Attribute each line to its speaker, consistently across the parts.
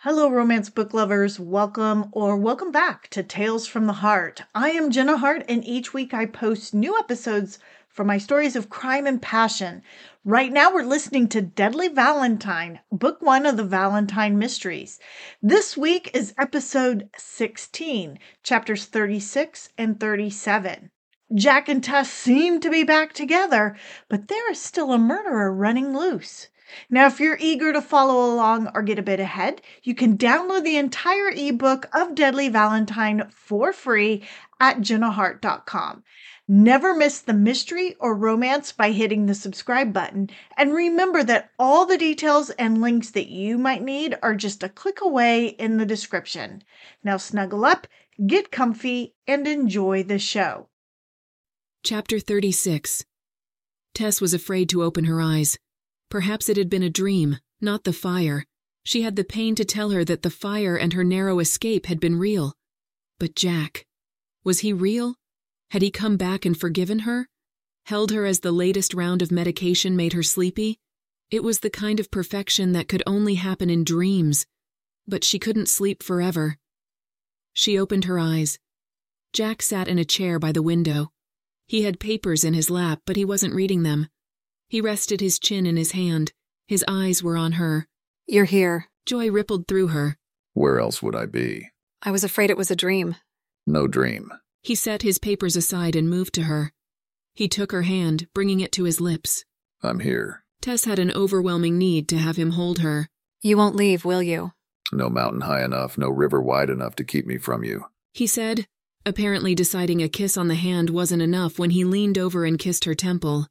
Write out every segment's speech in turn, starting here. Speaker 1: Hello, romance book lovers. Welcome or welcome back to Tales from the Heart. I am Jenna Hart, and each week I post new episodes from my stories of crime and passion. Right now, we're listening to Deadly Valentine, book one of the Valentine Mysteries. This week is episode 16, chapters 36 and 37. Jack and Tess seem to be back together, but there is still a murderer running loose. Now, if you're eager to follow along or get a bit ahead, you can download the entire ebook of Deadly Valentine for free at jennahart.com. Never miss the mystery or romance by hitting the subscribe button. And remember that all the details and links that you might need are just a click away in the description. Now, snuggle up, get comfy, and enjoy the show.
Speaker 2: Chapter 36 Tess was afraid to open her eyes. Perhaps it had been a dream, not the fire. She had the pain to tell her that the fire and her narrow escape had been real. But Jack. Was he real? Had he come back and forgiven her? Held her as the latest round of medication made her sleepy? It was the kind of perfection that could only happen in dreams. But she couldn't sleep forever. She opened her eyes. Jack sat in a chair by the window. He had papers in his lap, but he wasn't reading them. He rested his chin in his hand. His eyes were on her.
Speaker 3: You're here.
Speaker 2: Joy rippled through her.
Speaker 4: Where else would I be?
Speaker 3: I was afraid it was a dream.
Speaker 4: No dream.
Speaker 2: He set his papers aside and moved to her. He took her hand, bringing it to his lips.
Speaker 4: I'm here.
Speaker 2: Tess had an overwhelming need to have him hold her.
Speaker 3: You won't leave, will you?
Speaker 4: No mountain high enough, no river wide enough to keep me from you.
Speaker 2: He said, apparently deciding a kiss on the hand wasn't enough when he leaned over and kissed her temple.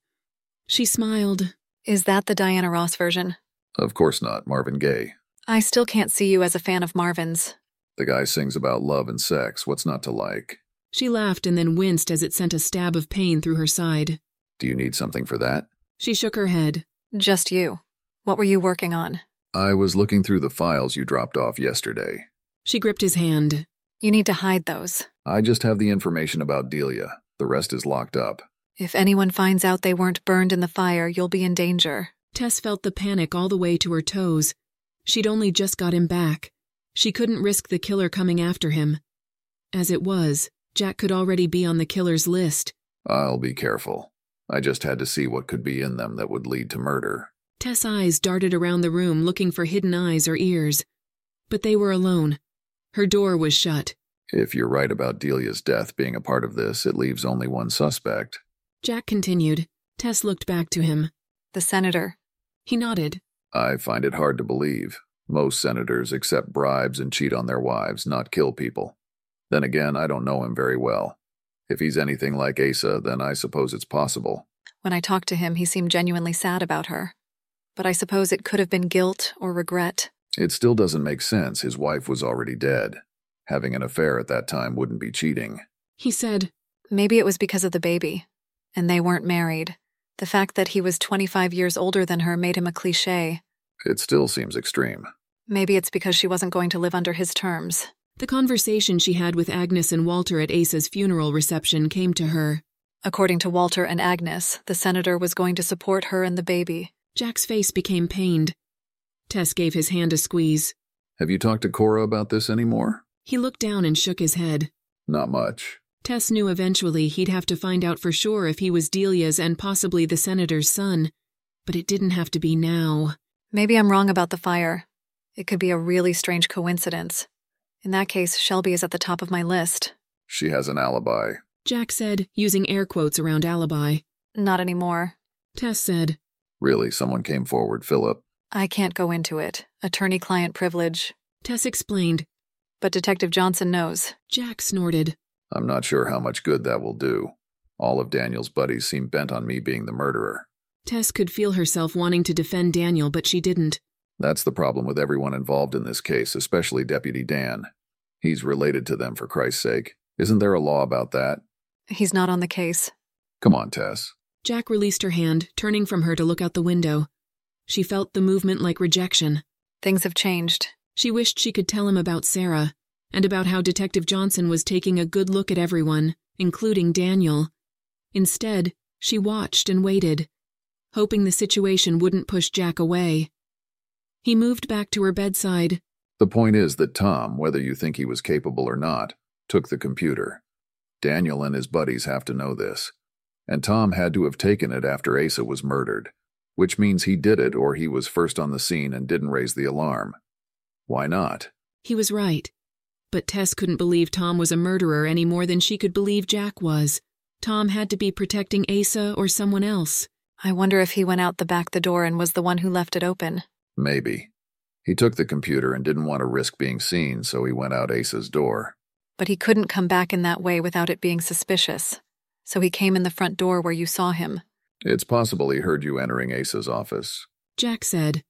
Speaker 2: She smiled.
Speaker 3: Is that the Diana Ross version?
Speaker 4: Of course not, Marvin Gaye.
Speaker 3: I still can't see you as a fan of Marvin's.
Speaker 4: The guy sings about love and sex. What's not to like?
Speaker 2: She laughed and then winced as it sent a stab of pain through her side.
Speaker 4: Do you need something for that?
Speaker 2: She shook her head.
Speaker 3: Just you. What were you working on?
Speaker 4: I was looking through the files you dropped off yesterday.
Speaker 2: She gripped his hand.
Speaker 3: You need to hide those.
Speaker 4: I just have the information about Delia. The rest is locked up.
Speaker 3: If anyone finds out they weren't burned in the fire, you'll be in danger.
Speaker 2: Tess felt the panic all the way to her toes. She'd only just got him back. She couldn't risk the killer coming after him. As it was, Jack could already be on the killer's list.
Speaker 4: I'll be careful. I just had to see what could be in them that would lead to murder.
Speaker 2: Tess' eyes darted around the room looking for hidden eyes or ears. But they were alone. Her door was shut.
Speaker 4: If you're right about Delia's death being a part of this, it leaves only one suspect.
Speaker 2: Jack continued. Tess looked back to him.
Speaker 3: The senator.
Speaker 2: He nodded.
Speaker 4: I find it hard to believe. Most senators accept bribes and cheat on their wives, not kill people. Then again, I don't know him very well. If he's anything like Asa, then I suppose it's possible.
Speaker 3: When I talked to him, he seemed genuinely sad about her. But I suppose it could have been guilt or regret.
Speaker 4: It still doesn't make sense. His wife was already dead. Having an affair at that time wouldn't be cheating.
Speaker 2: He said,
Speaker 3: Maybe it was because of the baby and they weren't married. The fact that he was 25 years older than her made him a cliche.
Speaker 4: It still seems extreme.
Speaker 3: Maybe it's because she wasn't going to live under his terms.
Speaker 2: The conversation she had with Agnes and Walter at Asa's funeral reception came to her.
Speaker 3: According to Walter and Agnes, the senator was going to support her and the baby.
Speaker 2: Jack's face became pained. Tess gave his hand a squeeze.
Speaker 4: Have you talked to Cora about this anymore?
Speaker 2: He looked down and shook his head.
Speaker 4: Not much.
Speaker 2: Tess knew eventually he'd have to find out for sure if he was Delia's and possibly the senator's son, but it didn't have to be now.
Speaker 3: Maybe I'm wrong about the fire. It could be a really strange coincidence. In that case, Shelby is at the top of my list.
Speaker 4: She has an alibi.
Speaker 2: Jack said, using air quotes around alibi.
Speaker 3: Not anymore.
Speaker 2: Tess said,
Speaker 4: Really, someone came forward, Philip.
Speaker 3: I can't go into it. Attorney client privilege.
Speaker 2: Tess explained.
Speaker 3: But Detective Johnson knows.
Speaker 2: Jack snorted.
Speaker 4: I'm not sure how much good that will do. All of Daniel's buddies seem bent on me being the murderer.
Speaker 2: Tess could feel herself wanting to defend Daniel, but she didn't.
Speaker 4: That's the problem with everyone involved in this case, especially Deputy Dan. He's related to them, for Christ's sake. Isn't there a law about that?
Speaker 3: He's not on the case.
Speaker 4: Come on, Tess.
Speaker 2: Jack released her hand, turning from her to look out the window. She felt the movement like rejection.
Speaker 3: Things have changed.
Speaker 2: She wished she could tell him about Sarah and about how Detective Johnson was taking a good look at everyone, including Daniel. Instead, she watched and waited, hoping the situation wouldn't push Jack away. He moved back to her bedside.
Speaker 4: The point is that Tom, whether you think he was capable or not, took the computer. Daniel and his buddies have to know this. And Tom had to have taken it after Asa was murdered, which means he did it or he was first on the scene and didn't raise the alarm. Why not?
Speaker 2: He was right. But Tess couldn't believe Tom was a murderer any more than she could believe Jack was. Tom had to be protecting Asa or someone else.
Speaker 3: I wonder if he went out the back the door and was the one who left it open.
Speaker 4: Maybe. He took the computer and didn't want to risk being seen, so he went out Asa's door.
Speaker 3: But he couldn't come back in that way without it being suspicious. So he came in the front door where you saw him.
Speaker 4: It's possible he heard you entering Asa's office.
Speaker 2: Jack said.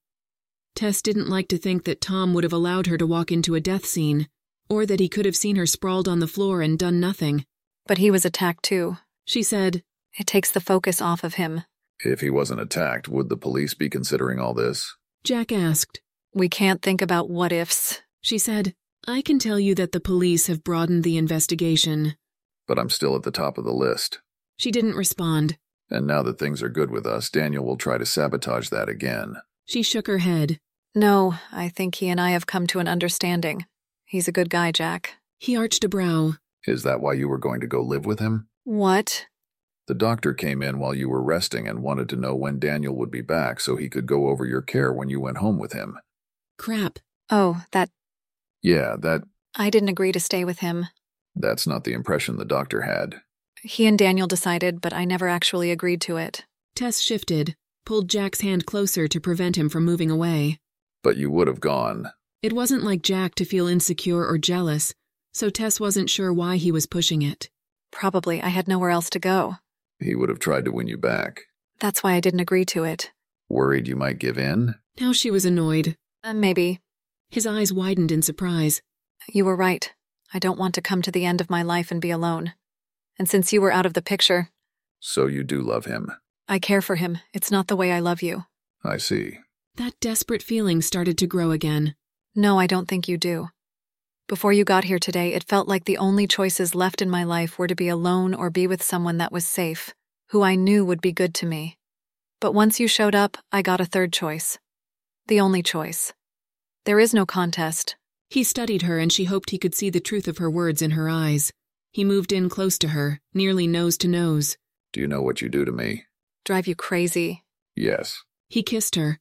Speaker 2: Tess didn't like to think that Tom would have allowed her to walk into a death scene, or that he could have seen her sprawled on the floor and done nothing.
Speaker 3: But he was attacked too.
Speaker 2: She said,
Speaker 3: It takes the focus off of him.
Speaker 4: If he wasn't attacked, would the police be considering all this?
Speaker 2: Jack asked.
Speaker 3: We can't think about what ifs.
Speaker 2: She said, I can tell you that the police have broadened the investigation.
Speaker 4: But I'm still at the top of the list.
Speaker 2: She didn't respond.
Speaker 4: And now that things are good with us, Daniel will try to sabotage that again.
Speaker 2: She shook her head.
Speaker 3: No, I think he and I have come to an understanding. He's a good guy, Jack.
Speaker 2: He arched a brow.
Speaker 4: Is that why you were going to go live with him?
Speaker 3: What?
Speaker 4: The doctor came in while you were resting and wanted to know when Daniel would be back so he could go over your care when you went home with him.
Speaker 2: Crap.
Speaker 3: Oh, that.
Speaker 4: Yeah, that
Speaker 3: I didn't agree to stay with him.
Speaker 4: that's not the impression the doctor had.
Speaker 3: He and Daniel decided, but I never actually agreed to it.
Speaker 2: Tess shifted, pulled Jack's hand closer to prevent him from moving away.
Speaker 4: But you would have gone.
Speaker 2: It wasn't like Jack to feel insecure or jealous, so Tess wasn't sure why he was pushing it.
Speaker 3: Probably I had nowhere else to go.
Speaker 4: He would have tried to win you back.
Speaker 3: That's why I didn't agree to it.
Speaker 4: Worried you might give in?
Speaker 2: Now she was annoyed.
Speaker 3: Uh, maybe.
Speaker 2: His eyes widened in surprise.
Speaker 3: You were right. I don't want to come to the end of my life and be alone. And since you were out of the picture,
Speaker 4: So you do love him.
Speaker 3: I care for him. It's not the way I love you.
Speaker 4: I see.
Speaker 2: That desperate feeling started to grow again.
Speaker 3: No, I don't think you do. Before you got here today, it felt like the only choices left in my life were to be alone or be with someone that was safe, who I knew would be good to me. But once you showed up, I got a third choice. The only choice. There is no contest.
Speaker 2: He studied her and she hoped he could see the truth of her words in her eyes. He moved in close to her, nearly nose to nose.
Speaker 4: Do you know what you do to me?
Speaker 3: Drive you crazy.
Speaker 4: Yes.
Speaker 2: He kissed her.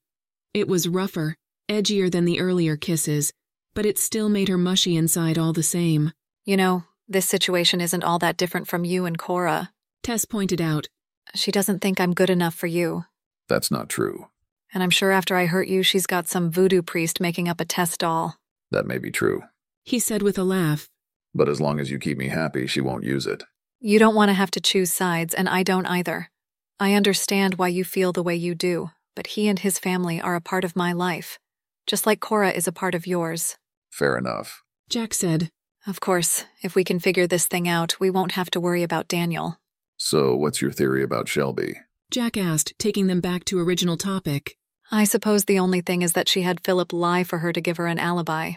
Speaker 2: It was rougher, edgier than the earlier kisses, but it still made her mushy inside all the same.
Speaker 3: You know, this situation isn't all that different from you and Cora.
Speaker 2: Tess pointed out.
Speaker 3: She doesn't think I'm good enough for you.
Speaker 4: That's not true.
Speaker 3: And I'm sure after I hurt you, she's got some voodoo priest making up a test doll.
Speaker 4: That may be true.
Speaker 2: He said with a laugh.
Speaker 4: But as long as you keep me happy, she won't use it.
Speaker 3: You don't want to have to choose sides, and I don't either. I understand why you feel the way you do, but he and his family are a part of my life, just like Cora is a part of yours.
Speaker 4: Fair enough.
Speaker 2: Jack said,
Speaker 3: Of course, if we can figure this thing out, we won't have to worry about Daniel.
Speaker 4: So, what's your theory about Shelby?
Speaker 2: Jack asked, taking them back to original topic.
Speaker 3: I suppose the only thing is that she had Philip lie for her to give her an alibi.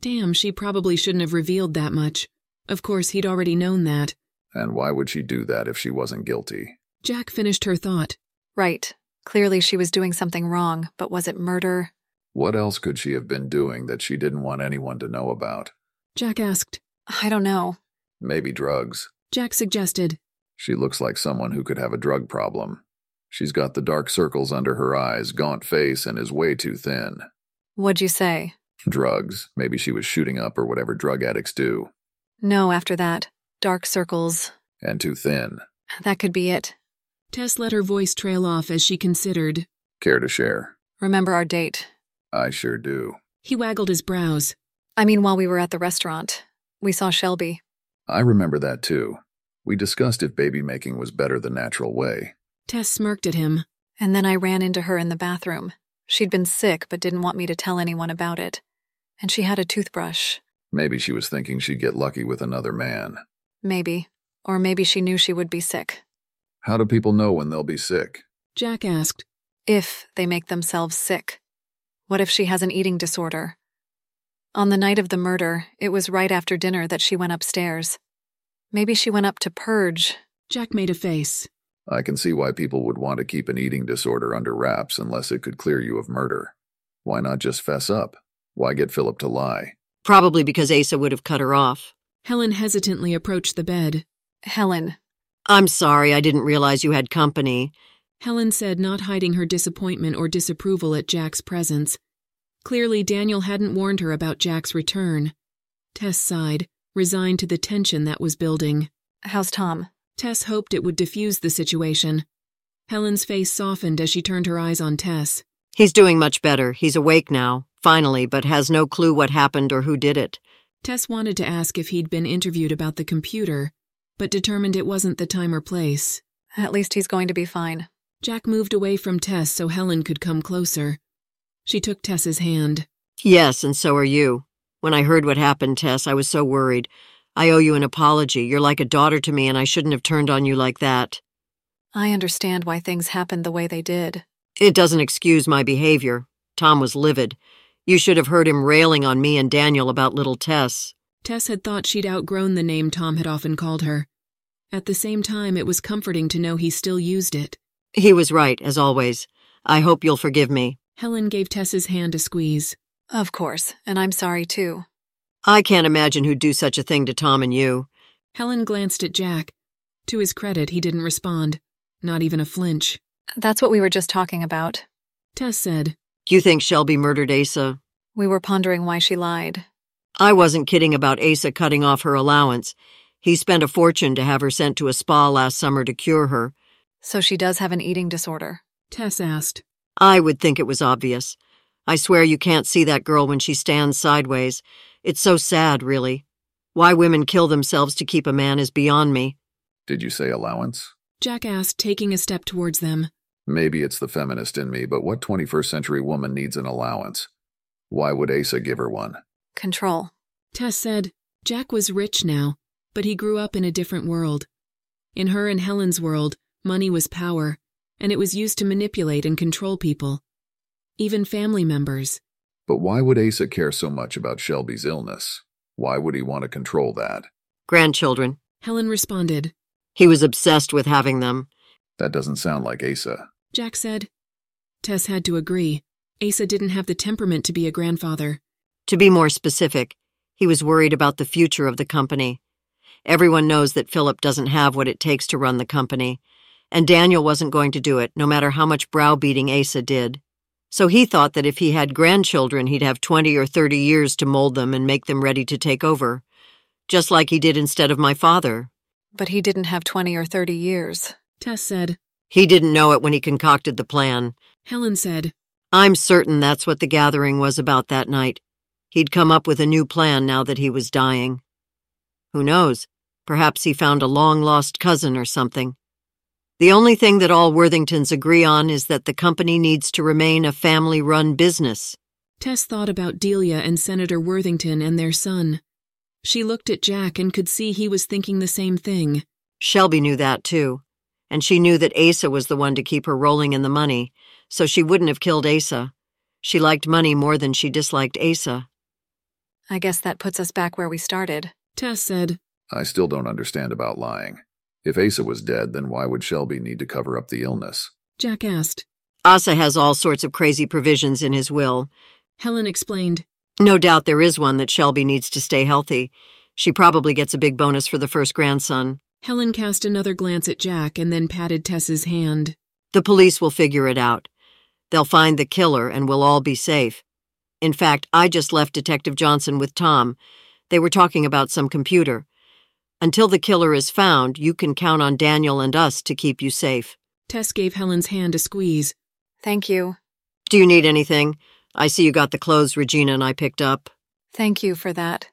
Speaker 2: Damn, she probably shouldn't have revealed that much. Of course, he'd already known that.
Speaker 4: And why would she do that if she wasn't guilty?
Speaker 2: Jack finished her thought.
Speaker 3: Right. Clearly she was doing something wrong, but was it murder?
Speaker 4: What else could she have been doing that she didn't want anyone to know about?
Speaker 2: Jack asked.
Speaker 3: I don't know.
Speaker 4: Maybe drugs.
Speaker 2: Jack suggested.
Speaker 4: She looks like someone who could have a drug problem. She's got the dark circles under her eyes, gaunt face, and is way too thin.
Speaker 3: What'd you say?
Speaker 4: Drugs. Maybe she was shooting up or whatever drug addicts do.
Speaker 3: No, after that. Dark circles.
Speaker 4: And too thin.
Speaker 3: That could be it.
Speaker 2: Tess let her voice trail off as she considered.
Speaker 4: Care to share?
Speaker 3: Remember our date.
Speaker 4: I sure do.
Speaker 2: He waggled his brows.
Speaker 3: I mean, while we were at the restaurant, we saw Shelby.
Speaker 4: I remember that too. We discussed if baby making was better the natural way.
Speaker 2: Tess smirked at him.
Speaker 3: And then I ran into her in the bathroom. She'd been sick, but didn't want me to tell anyone about it. And she had a toothbrush.
Speaker 4: Maybe she was thinking she'd get lucky with another man.
Speaker 3: Maybe. Or maybe she knew she would be sick.
Speaker 4: How do people know when they'll be sick?
Speaker 2: Jack asked.
Speaker 3: if they make themselves sick? What if she has an eating disorder? On the night of the murder, it was right after dinner that she went upstairs. Maybe she went up to purge.
Speaker 2: Jack made a face.
Speaker 4: I can see why people would want to keep an eating disorder under wraps unless it could clear you of murder. Why not just fess up? Why get Philip to lie?
Speaker 5: Probably because Asa would have cut her off.
Speaker 2: Helen hesitantly approached the bed.
Speaker 3: Helen,
Speaker 5: I'm sorry, I didn't realize you had company.
Speaker 2: Helen said, not hiding her disappointment or disapproval at Jack's presence. Clearly, Daniel hadn't warned her about Jack's return. Tess sighed, resigned to the tension that was building.
Speaker 3: how's Tom?
Speaker 2: Tess hoped it would diffuse the situation. Helen's face softened as she turned her eyes on Tess.
Speaker 5: He's doing much better. He's awake now, finally, but has no clue what happened or who did it.
Speaker 2: Tess wanted to ask if he'd been interviewed about the computer, but determined it wasn't the time or place.
Speaker 3: At least he's going to be fine.
Speaker 2: Jack moved away from Tess so Helen could come closer. She took Tess's hand.
Speaker 5: Yes, and so are you. When I heard what happened, Tess, I was so worried. I owe you an apology. You're like a daughter to me, and I shouldn't have turned on you like that.
Speaker 3: I understand why things happened the way they did.
Speaker 5: It doesn't excuse my behavior. Tom was livid. You should have heard him railing on me and Daniel about little Tess.
Speaker 2: Tess had thought she'd outgrown the name Tom had often called her. At the same time, it was comforting to know he still used it.
Speaker 5: He was right, as always. I hope you'll forgive me.
Speaker 2: Helen gave Tess's hand a squeeze.
Speaker 3: Of course, and I'm sorry too.
Speaker 5: I can't imagine who'd do such a thing to Tom and you.
Speaker 2: Helen glanced at Jack. To his credit, he didn't respond, not even a flinch.
Speaker 3: That's what we were just talking about.
Speaker 2: Tess said,
Speaker 5: You think Shelby murdered Asa?
Speaker 3: We were pondering why she lied.
Speaker 5: I wasn't kidding about Asa cutting off her allowance. He spent a fortune to have her sent to a spa last summer to cure her.
Speaker 3: So she does have an eating disorder.
Speaker 2: Tess asked.
Speaker 5: I would think it was obvious. I swear you can't see that girl when she stands sideways. It's so sad, really. Why women kill themselves to keep a man is beyond me.
Speaker 4: Did you say allowance?
Speaker 2: Jack asked, taking a step towards them.
Speaker 4: Maybe it's the feminist in me, but what 21st century woman needs an allowance? Why would Asa give her one?
Speaker 3: Control.
Speaker 2: Tess said, Jack was rich now, but he grew up in a different world. In her and Helen's world, money was power, and it was used to manipulate and control people. Even family members.
Speaker 4: But why would Asa care so much about Shelby's illness? Why would he want to control that?
Speaker 5: Grandchildren.
Speaker 2: Helen responded.
Speaker 5: He was obsessed with having them.
Speaker 4: That doesn't sound like Asa.
Speaker 2: Jack said. Tess had to agree. Asa didn't have the temperament to be a grandfather.
Speaker 5: To be more specific, he was worried about the future of the company. Everyone knows that Philip doesn't have what it takes to run the company, and Daniel wasn't going to do it, no matter how much browbeating Asa did. So he thought that if he had grandchildren, he'd have 20 or 30 years to mold them and make them ready to take over, just like he did instead of my father.
Speaker 3: But he didn't have 20 or 30 years.
Speaker 2: Tess said.
Speaker 5: He didn't know it when he concocted the plan.
Speaker 2: Helen said.
Speaker 5: I'm certain that's what the gathering was about that night. He'd come up with a new plan now that he was dying. Who knows? Perhaps he found a long lost cousin or something. The only thing that all Worthingtons agree on is that the company needs to remain a family run business.
Speaker 2: Tess thought about Delia and Senator Worthington and their son. She looked at Jack and could see he was thinking the same thing.
Speaker 5: Shelby knew that too. And she knew that Asa was the one to keep her rolling in the money, so she wouldn't have killed Asa. She liked money more than she disliked Asa.
Speaker 3: I guess that puts us back where we started.
Speaker 2: Tess said.
Speaker 4: I still don't understand about lying. If Asa was dead, then why would Shelby need to cover up the illness?
Speaker 2: Jack asked.
Speaker 5: Asa has all sorts of crazy provisions in his will,
Speaker 2: Helen explained.
Speaker 5: No doubt there is one that Shelby needs to stay healthy. She probably gets a big bonus for the first grandson.
Speaker 2: Helen cast another glance at Jack and then patted Tess's hand.
Speaker 5: The police will figure it out. They'll find the killer and we'll all be safe. In fact, I just left Detective Johnson with Tom. They were talking about some computer. Until the killer is found, you can count on Daniel and us to keep you safe.
Speaker 2: Tess gave Helen's hand a squeeze.
Speaker 3: Thank you.
Speaker 5: Do you need anything? I see you got the clothes Regina and I picked up.
Speaker 3: Thank you for that.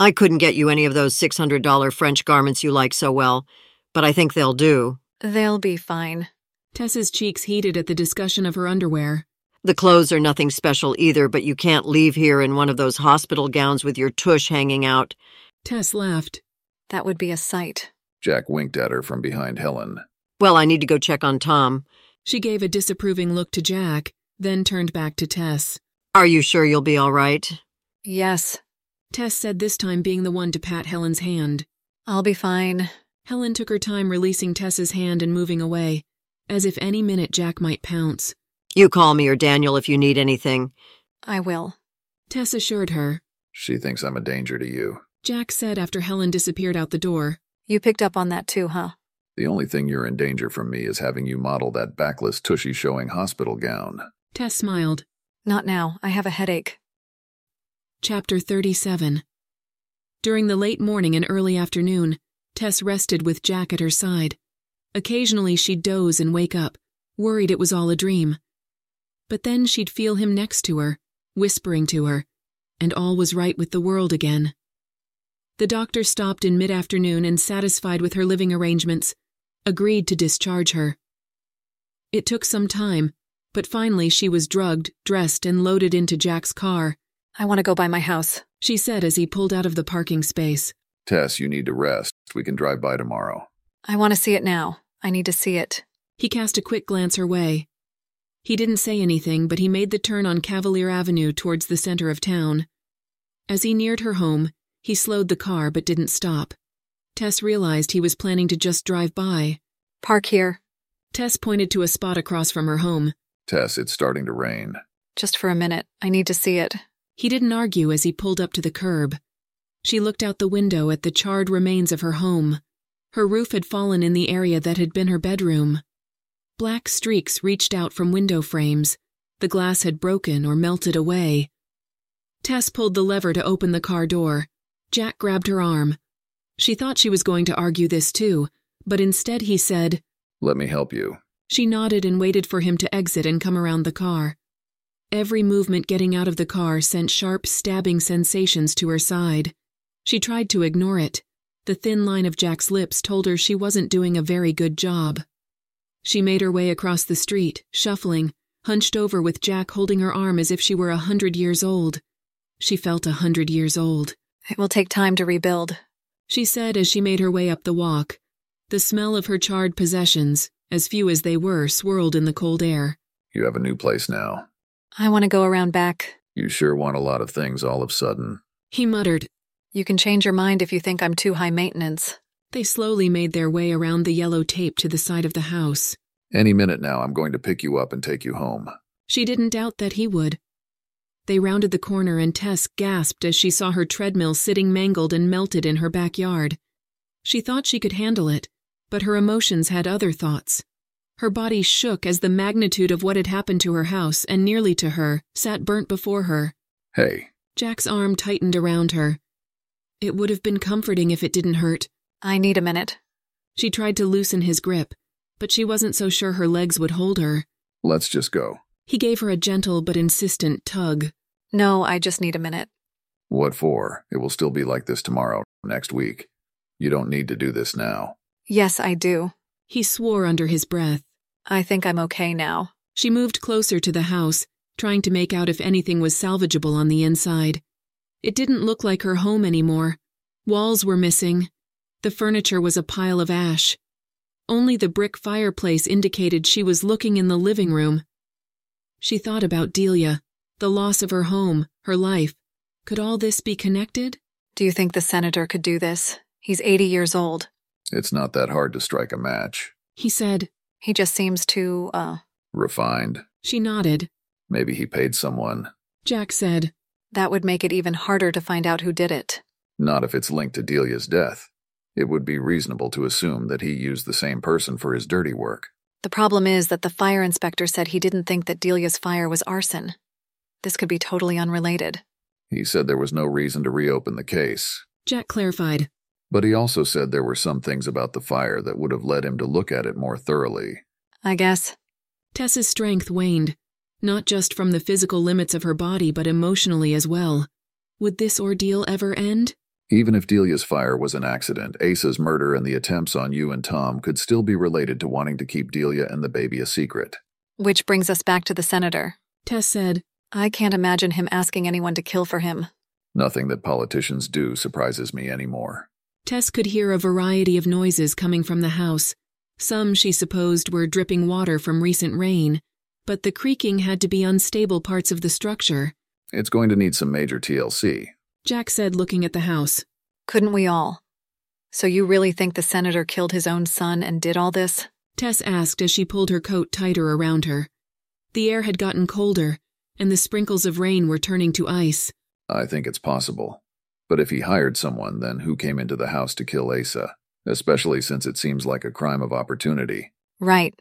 Speaker 5: I couldn't get you any of those $600 French garments you like so well, but I think they'll do.
Speaker 3: They'll be fine.
Speaker 2: Tess's cheeks heated at the discussion of her underwear.
Speaker 5: The clothes are nothing special either, but you can't leave here in one of those hospital gowns with your tush hanging out.
Speaker 2: Tess laughed.
Speaker 3: That would be a sight.
Speaker 4: Jack winked at her from behind Helen.
Speaker 5: Well, I need to go check on Tom.
Speaker 2: She gave a disapproving look to Jack, then turned back to Tess.
Speaker 5: Are you sure you'll be all right?
Speaker 3: Yes,
Speaker 2: Tess said this time being the one to pat Helen's hand.
Speaker 3: I'll be fine.
Speaker 2: Helen took her time releasing Tess's hand and moving away, as if any minute Jack might pounce.
Speaker 5: You call me or Daniel if you need anything.
Speaker 3: I will.
Speaker 2: Tess assured her.
Speaker 4: She thinks I'm a danger to you.
Speaker 2: Jack said after Helen disappeared out the door.
Speaker 3: You picked up on that too, huh?
Speaker 4: The only thing you're in danger from me is having you model that backless tushy showing hospital gown.
Speaker 2: Tess smiled.
Speaker 3: Not now. I have a headache.
Speaker 2: Chapter 37 During the late morning and early afternoon, Tess rested with Jack at her side. Occasionally she'd doze and wake up, worried it was all a dream. But then she'd feel him next to her, whispering to her, and all was right with the world again. The doctor stopped in mid afternoon and, satisfied with her living arrangements, agreed to discharge her. It took some time, but finally she was drugged, dressed, and loaded into Jack's car,
Speaker 3: I want to go by my house.
Speaker 2: she said as he pulled out of the parking space.
Speaker 4: Tess, you need to rest. We can drive by tomorrow.
Speaker 3: I want to see it now. I need to see it.
Speaker 2: He cast a quick glance her way. He didn't say anything, but he made the turn on Cavalier Avenue towards the center of town. As he neared her home, he slowed the car but didn't stop. Tess realized he was planning to just drive by.
Speaker 3: Park here,
Speaker 2: Tess pointed to a spot across from her home.
Speaker 4: Tess, it's starting to rain.
Speaker 3: just for a minute. I need to see it.
Speaker 2: He didn't argue as he pulled up to the curb. She looked out the window at the charred remains of her home. Her roof had fallen in the area that had been her bedroom. Black streaks reached out from window frames. The glass had broken or melted away. Tess pulled the lever to open the car door. Jack grabbed her arm. She thought she was going to argue this too, but instead he said,
Speaker 4: Let me help you.
Speaker 2: she nodded and waited for him to exit and come around the car. Every movement getting out of the car sent sharp, stabbing sensations to her side. She tried to ignore it. The thin line of Jack's lips told her she wasn't doing a very good job. She made her way across the street, shuffling, hunched over with Jack holding her arm as if she were a hundred years old. She felt a hundred years old,
Speaker 3: It will take time to rebuild.
Speaker 2: she said as she made her way up the walk. The smell of her charred possessions, as few as they were, swirled in the cold air.
Speaker 4: You have a new place now.
Speaker 3: I want to go around back.
Speaker 4: You sure want a lot of things all of a sudden.
Speaker 2: He muttered.
Speaker 3: You can change your mind if you think I'm too high maintenance.
Speaker 2: They slowly made their way around the yellow tape to the side of the house.
Speaker 4: Any minute now, I'm going to pick you up and take you home.
Speaker 2: She didn't doubt that he would. They rounded the corner and Tess gasped as she saw her treadmill sitting mangled and melted in her backyard. She thought she could handle it, but her emotions had other thoughts. Her body shook as the magnitude of what had happened to her house and nearly to her sat burnt before her.
Speaker 4: Hey,
Speaker 2: Jack's arm tightened around her. It would have been comforting if it didn't hurt.
Speaker 3: I need a minute.
Speaker 2: She tried to loosen his grip, but she wasn't so sure her legs would hold her.
Speaker 4: let's just go.
Speaker 2: He gave her a gentle but insistent tug.
Speaker 3: No, I just need a minute.
Speaker 4: What for? It will still be like this tomorrow, next week. You don't need to do this now.
Speaker 3: Yes, I do.
Speaker 2: He swore under his breath.
Speaker 3: I think I'm okay now.
Speaker 2: She moved closer to the house, trying to make out if anything was salvageable on the inside. It didn't look like her home anymore. Walls were missing. The furniture was a pile of ash. Only the brick fireplace indicated she was looking in the living room. She thought about Delia, the loss of her home, her life. Could all this be connected?
Speaker 3: Do you think the senator could do this? He's 80 years old.
Speaker 4: It's not that hard to strike a match.
Speaker 2: He said.
Speaker 3: He just seems too, uh,
Speaker 4: Refined.
Speaker 2: She nodded.
Speaker 4: Maybe he paid someone.
Speaker 2: Jack said.
Speaker 3: that would make it even harder to find out who did it.
Speaker 4: Not if it's linked to Delia's death. It would be reasonable to assume that he used the same person for his dirty work.
Speaker 3: The problem is that the fire inspector said he didn't think that Delia's fire was arson. This could be totally unrelated.
Speaker 4: He said there was no reason to reopen the case,
Speaker 2: Jack clarified.
Speaker 4: but he also said there were some things about the fire that would have led him to look at it more thoroughly.
Speaker 3: I guess.
Speaker 2: Tess's strength waned, not just from the physical limits of her body, but emotionally as well. Would this ordeal ever end?
Speaker 4: Even if Delia's fire was an accident, Asa's murder and the attempts on you and Tom could still be related to wanting to keep Delia and the baby a secret.
Speaker 3: Which brings us back to the senator.
Speaker 2: Tess said.
Speaker 3: I can't imagine him asking anyone to kill for him.
Speaker 4: Nothing that politicians do surprises me anymore.
Speaker 2: Tess could hear a variety of noises coming from the house. Some, she supposed, were dripping water from recent rain, but the creaking had to be unstable parts of the structure.
Speaker 4: It's going to need some major TLC.
Speaker 2: Jack said, looking at the house.
Speaker 3: Couldn't we all? So you really think the senator killed his own son and did all this?
Speaker 2: Tess asked as she pulled her coat tighter around her. The air had gotten colder, and the sprinkles of rain were turning to ice.
Speaker 4: I think it's possible. But if he hired someone, then who came into the house to kill Asa? Especially since it seems like a crime of opportunity.
Speaker 3: Right.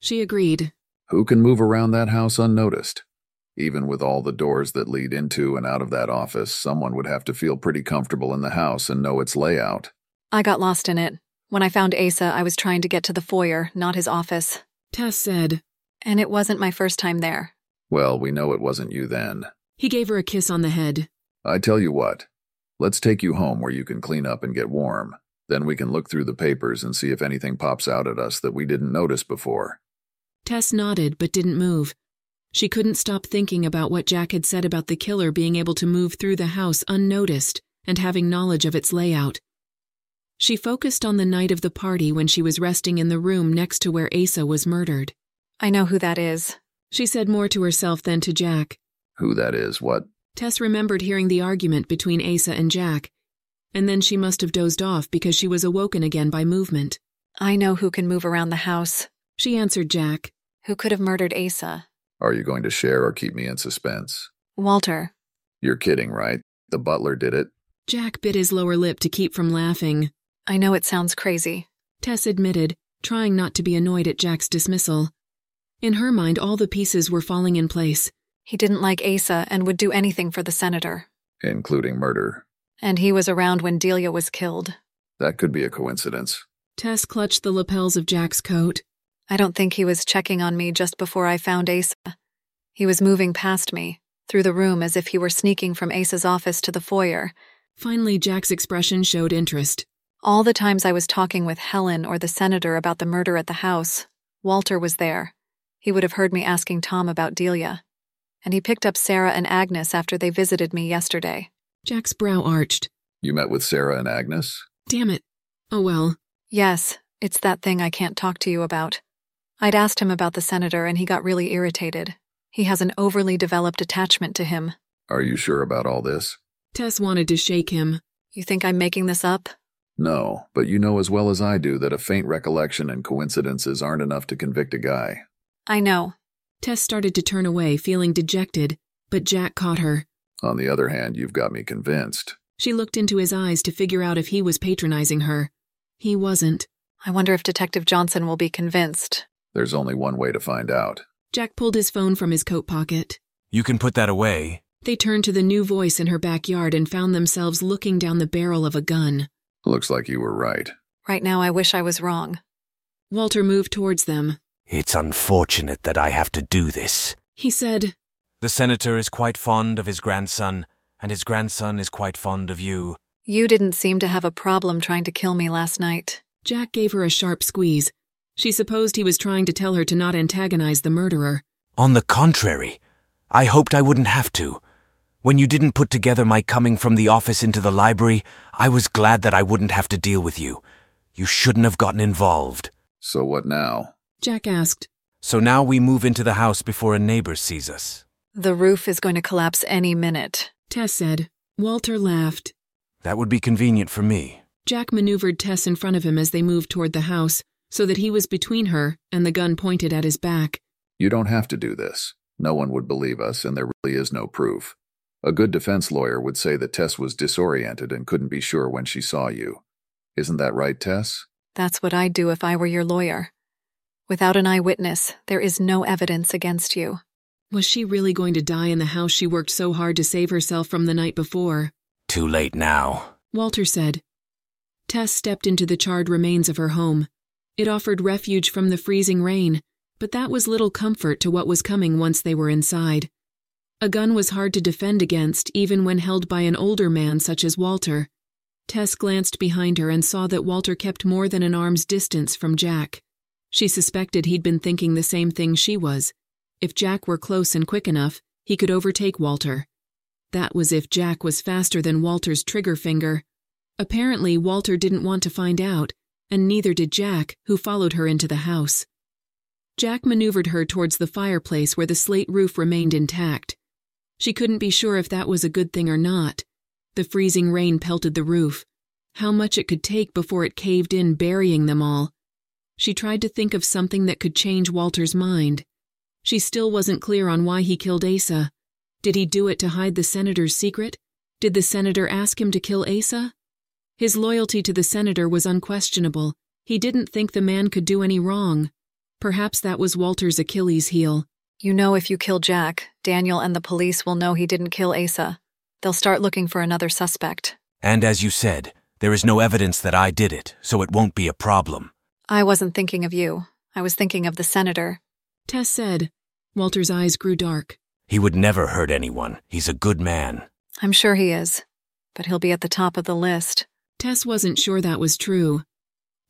Speaker 2: She agreed.
Speaker 4: Who can move around that house unnoticed? Even with all the doors that lead into and out of that office, someone would have to feel pretty comfortable in the house and know its layout.
Speaker 3: I got lost in it. When I found Asa, I was trying to get to the foyer, not his office.
Speaker 2: Tess said.
Speaker 3: And it wasn't my first time there.
Speaker 4: Well, we know it wasn't you then.
Speaker 2: He gave her a kiss on the head.
Speaker 4: I tell you what, let's take you home where you can clean up and get warm. Then we can look through the papers and see if anything pops out at us that we didn't notice before.
Speaker 2: Tess nodded but didn't move. She couldn't stop thinking about what Jack had said about the killer being able to move through the house unnoticed and having knowledge of its layout. She focused on the night of the party when she was resting in the room next to where Asa was murdered.
Speaker 3: I know who that is.
Speaker 2: She said more to herself than to Jack.
Speaker 4: Who that is, what?
Speaker 2: Tess remembered hearing the argument between Asa and Jack, and then she must have dozed off because she was awoken again by movement.
Speaker 3: I know who can move around the house.
Speaker 2: She answered Jack.
Speaker 3: Who could have murdered Asa?
Speaker 4: Are you going to share or keep me in suspense?
Speaker 3: Walter.
Speaker 4: You're kidding, right? The butler did it.
Speaker 2: Jack bit his lower lip to keep from laughing.
Speaker 3: I know it sounds crazy.
Speaker 2: Tess admitted, trying not to be annoyed at Jack's dismissal. In her mind, all the pieces were falling in place.
Speaker 3: He didn't like Asa and would do anything for the senator.
Speaker 4: Including murder.
Speaker 3: And he was around when Delia was killed.
Speaker 4: That could be a coincidence.
Speaker 2: Tess clutched the lapels of Jack's coat.
Speaker 3: I don't think he was checking on me just before I found Asa. He was moving past me, through the room as if he were sneaking from Asa's office to the foyer.
Speaker 2: Finally, Jack's expression showed interest.
Speaker 3: All the times I was talking with Helen or the senator about the murder at the house, Walter was there. He would have heard me asking Tom about Delia. And he picked up Sarah and Agnes after they visited me yesterday.
Speaker 2: Jack's brow arched.
Speaker 4: You met with Sarah and Agnes?
Speaker 2: Damn it. Oh well.
Speaker 3: Yes, it's that thing I can't talk to you about. I'd asked him about the senator and he got really irritated. He has an overly developed attachment to him.
Speaker 4: Are you sure about all this?
Speaker 2: Tess wanted to shake him.
Speaker 3: You think I'm making this up?
Speaker 4: No, but you know as well as I do that a faint recollection and coincidences aren't enough to convict a guy.
Speaker 3: I know.
Speaker 2: Tess started to turn away, feeling dejected, but Jack caught her.
Speaker 4: On the other hand, you've got me convinced.
Speaker 2: She looked into his eyes to figure out if he was patronizing her. He wasn't.
Speaker 3: I wonder if Detective Johnson will be convinced.
Speaker 4: There's only one way to find out.
Speaker 2: Jack pulled his phone from his coat pocket.
Speaker 6: You can put that away.
Speaker 2: They turned to the new voice in her backyard and found themselves looking down the barrel of a gun.
Speaker 4: Looks like you were right.
Speaker 3: Right now, I wish I was wrong.
Speaker 2: Walter moved towards them.
Speaker 6: It's unfortunate that I have to do this.
Speaker 2: He said,
Speaker 6: The senator is quite fond of his grandson, and his grandson is quite fond of you.
Speaker 3: You didn't seem to have a problem trying to kill me last night.
Speaker 2: Jack gave her a sharp squeeze. She supposed he was trying to tell her to not antagonize the murderer.
Speaker 6: On the contrary, I hoped I wouldn't have to. When you didn't put together my coming from the office into the library, I was glad that I wouldn't have to deal with you. You shouldn't have gotten involved.
Speaker 4: So what now?
Speaker 2: Jack asked,
Speaker 6: So now we move into the house before a neighbor sees us.
Speaker 3: The roof is going to collapse any minute.
Speaker 2: Tess said. Walter laughed.
Speaker 6: That would be convenient for me.
Speaker 2: Jack maneuvered Tess in front of him as they moved toward the house, so that he was between her and the gun pointed at his back.
Speaker 4: You don't have to do this. No one would believe us, and there really is no proof. A good defense lawyer would say that Tess was disoriented and couldn't be sure when she saw you. Isn't that right, Tess?
Speaker 3: That's what I'd do if I were your lawyer. Without an eyewitness, there is no evidence against you.
Speaker 2: Was she really going to die in the house she worked so hard to save herself from the night before?
Speaker 6: Too late now.
Speaker 2: Walter said. Tess stepped into the charred remains of her home. It offered refuge from the freezing rain, but that was little comfort to what was coming once they were inside. A gun was hard to defend against, even when held by an older man such as Walter. Tess glanced behind her and saw that Walter kept more than an arm's distance from Jack. She suspected he'd been thinking the same thing she was. If Jack were close and quick enough, he could overtake Walter. That was if Jack was faster than Walter's trigger finger. Apparently, Walter didn't want to find out, and neither did Jack, who followed her into the house. Jack maneuvered her towards the fireplace where the slate roof remained intact. She couldn't be sure if that was a good thing or not. The freezing rain pelted the roof. How much it could take before it caved in, burying them all. She tried to think of something that could change Walter's mind. She still wasn't clear on why he killed Asa. Did he do it to hide the senator's secret? Did the senator ask him to kill Asa? His loyalty to the senator was unquestionable. He didn't think the man could do any wrong. Perhaps that was Walter's Achilles heel.
Speaker 3: You know, if you kill Jack, Daniel and the police will know he didn't kill Asa. They'll start looking for another suspect.
Speaker 6: And as you said, there is no evidence that I did it, so it won't be a problem.
Speaker 3: I wasn't thinking of you. I was thinking of the senator.
Speaker 2: Tess said. Walter's eyes grew dark.
Speaker 6: He would never hurt anyone. He's a good man.
Speaker 3: I'm sure he is. But he'll be at the top of the list.
Speaker 2: Tess wasn't sure that was true.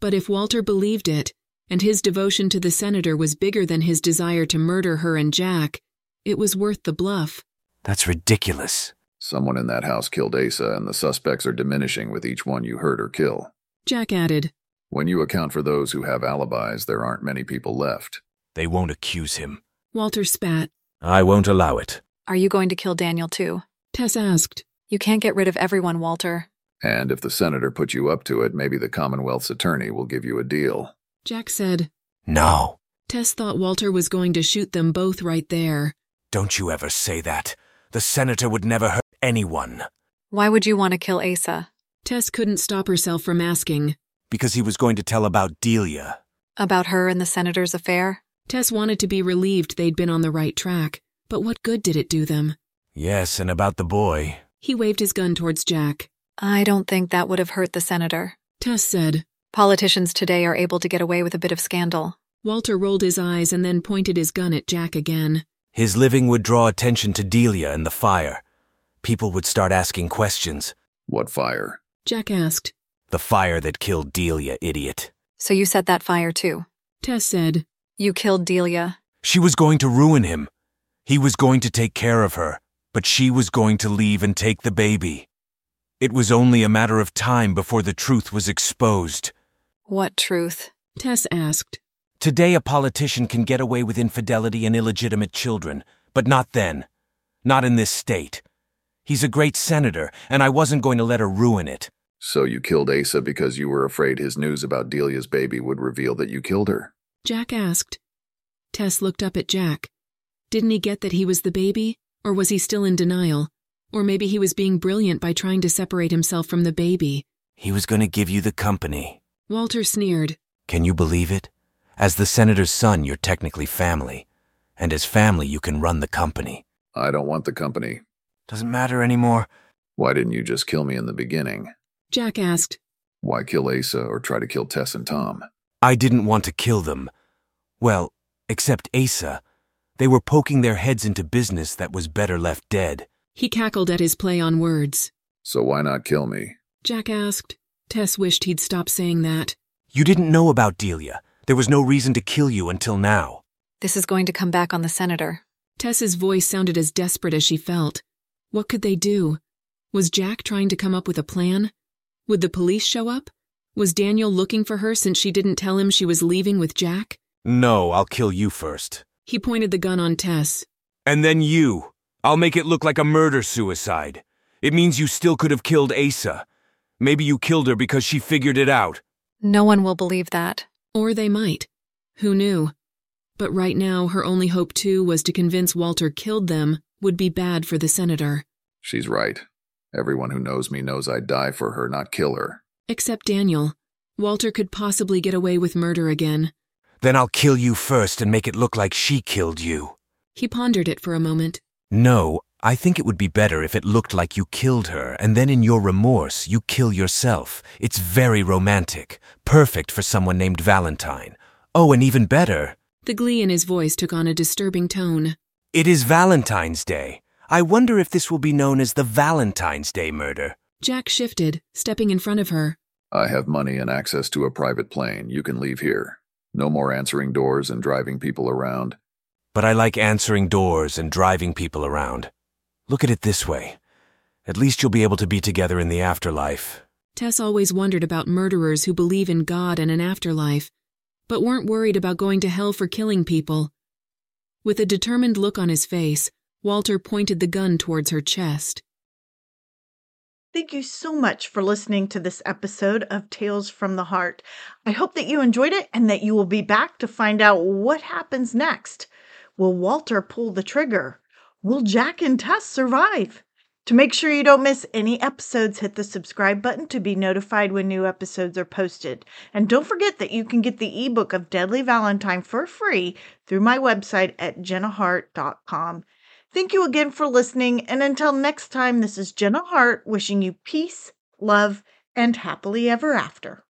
Speaker 2: But if Walter believed it, and his devotion to the senator was bigger than his desire to murder her and Jack, it was worth the bluff.
Speaker 6: That's ridiculous.
Speaker 4: Someone in that house killed Asa, and the suspects are diminishing with each one you hurt or kill.
Speaker 2: Jack added,
Speaker 4: When you account for those who have alibis, there aren't many people left.
Speaker 6: They won't accuse him.
Speaker 2: Walter spat.
Speaker 6: I won't allow it.
Speaker 3: Are you going to kill Daniel too?
Speaker 2: Tess asked,
Speaker 3: You can't get rid of everyone, Walter.
Speaker 4: And if the senator put you up to it, maybe the Commonwealth's attorney will give you a deal.
Speaker 2: Jack said,
Speaker 6: No.
Speaker 2: Tess thought Walter was going to shoot them both right there.
Speaker 6: Don't you ever say that. The senator would never hurt anyone.
Speaker 3: Why would you want to kill Asa?
Speaker 2: Tess couldn't stop herself from asking.
Speaker 6: Because he was going to tell about Delia.
Speaker 3: About her and the senator's affair?
Speaker 2: Tess wanted to be relieved they'd been on the right track, but what good did it do them?
Speaker 6: Yes, and about the boy.
Speaker 2: He waved his gun towards Jack.
Speaker 3: I don't think that would have hurt the senator.
Speaker 2: Tess said,
Speaker 3: Politicians today are able to get away with a bit of scandal.
Speaker 2: Walter rolled his eyes and then pointed his gun at Jack again.
Speaker 6: His living would draw attention to Delia and the fire. People would start asking questions.
Speaker 4: What fire?
Speaker 2: Jack asked.
Speaker 6: The fire that killed Delia, idiot.
Speaker 3: So you set that fire too.
Speaker 2: Tess said,
Speaker 3: You killed Delia.
Speaker 6: She was going to ruin him. He was going to take care of her, but she was going to leave and take the baby. It was only a matter of time before the truth was exposed.
Speaker 3: What truth?
Speaker 2: Tess asked.
Speaker 6: Today, a politician can get away with infidelity and illegitimate children, but not then. Not in this state. He's a great senator, and I wasn't going to let her ruin it.
Speaker 4: So you killed Asa because you were afraid his news about Delia's baby would reveal that you killed her?
Speaker 2: Jack asked. Tess looked up at Jack. Didn't he get that he was the baby? Or was he still in denial? Or maybe he was being brilliant by trying to separate himself from the baby.
Speaker 6: He was going to give you the company.
Speaker 2: Walter sneered.
Speaker 6: Can you believe it? As the senator's son, you're technically family. And as family, you can run the company.
Speaker 4: I don't want the company.
Speaker 6: Doesn't matter anymore.
Speaker 4: Why didn't you just kill me in the beginning?
Speaker 2: Jack asked.
Speaker 4: Why kill Asa or try to kill Tess and Tom?
Speaker 6: I didn't want to kill them. Well, except Asa. They were poking their heads into business that was better left dead.
Speaker 2: He cackled at his play on words.
Speaker 4: So why not kill me?
Speaker 2: Jack asked. Tess wished he'd stop saying that.
Speaker 6: You didn't know about Delia. There was no reason to kill you until now.
Speaker 3: This is going to come back on the senator.
Speaker 2: Tess's voice sounded as desperate as she felt. What could they do? Was Jack trying to come up with a plan? Would the police show up? Was Daniel looking for her since she didn't tell him she was leaving with Jack?
Speaker 6: No, I'll kill you first.
Speaker 2: He pointed the gun on Tess.
Speaker 6: And then you. I'll make it look like a murder suicide. It means you still could have killed Asa. Maybe you killed her because she figured it out.
Speaker 3: No one will believe that.
Speaker 2: Or they might. Who knew? But right now, her only hope, too, was to convince Walter killed them would be bad for the senator.
Speaker 4: She's right. Everyone who knows me knows I'd die for her, not kill her.
Speaker 2: Except Daniel. Walter could possibly get away with murder again.
Speaker 6: Then I'll kill you first and make it look like she killed you.
Speaker 2: He pondered it for a moment.
Speaker 6: No, I think it would be better if it looked like you killed her, and then in your remorse, you kill yourself. It's very romantic. Perfect for someone named Valentine. Oh, and even better,
Speaker 2: The glee in his voice took on a disturbing tone.
Speaker 6: it is Valentine's Day. I wonder if this will be known as the Valentine's Day murder.
Speaker 2: Jack shifted, stepping in front of her.
Speaker 4: I have money and access to a private plane. You can leave here. No more answering doors and driving people around.
Speaker 6: But I like answering doors and driving people around. Look at it this way. At least you'll be able to be together in the afterlife.
Speaker 2: Tess always wondered about murderers who believe in God and an afterlife, but weren't worried about going to hell for killing people. With a determined look on his face, Walter pointed the gun towards her chest.
Speaker 1: Thank you so much for listening to this episode of Tales from the Heart. I hope that you enjoyed it and that you will be back to find out what happens next. Will Walter pull the trigger? Will Jack and Tess survive? To make sure you don't miss any episodes, hit the subscribe button to be notified when new episodes are posted. And don't forget that you can get the ebook of Deadly Valentine for free through my website at jennahart.com. Thank you again for listening, and until next time, this is Jenna Hart wishing you peace, love, and happily ever after.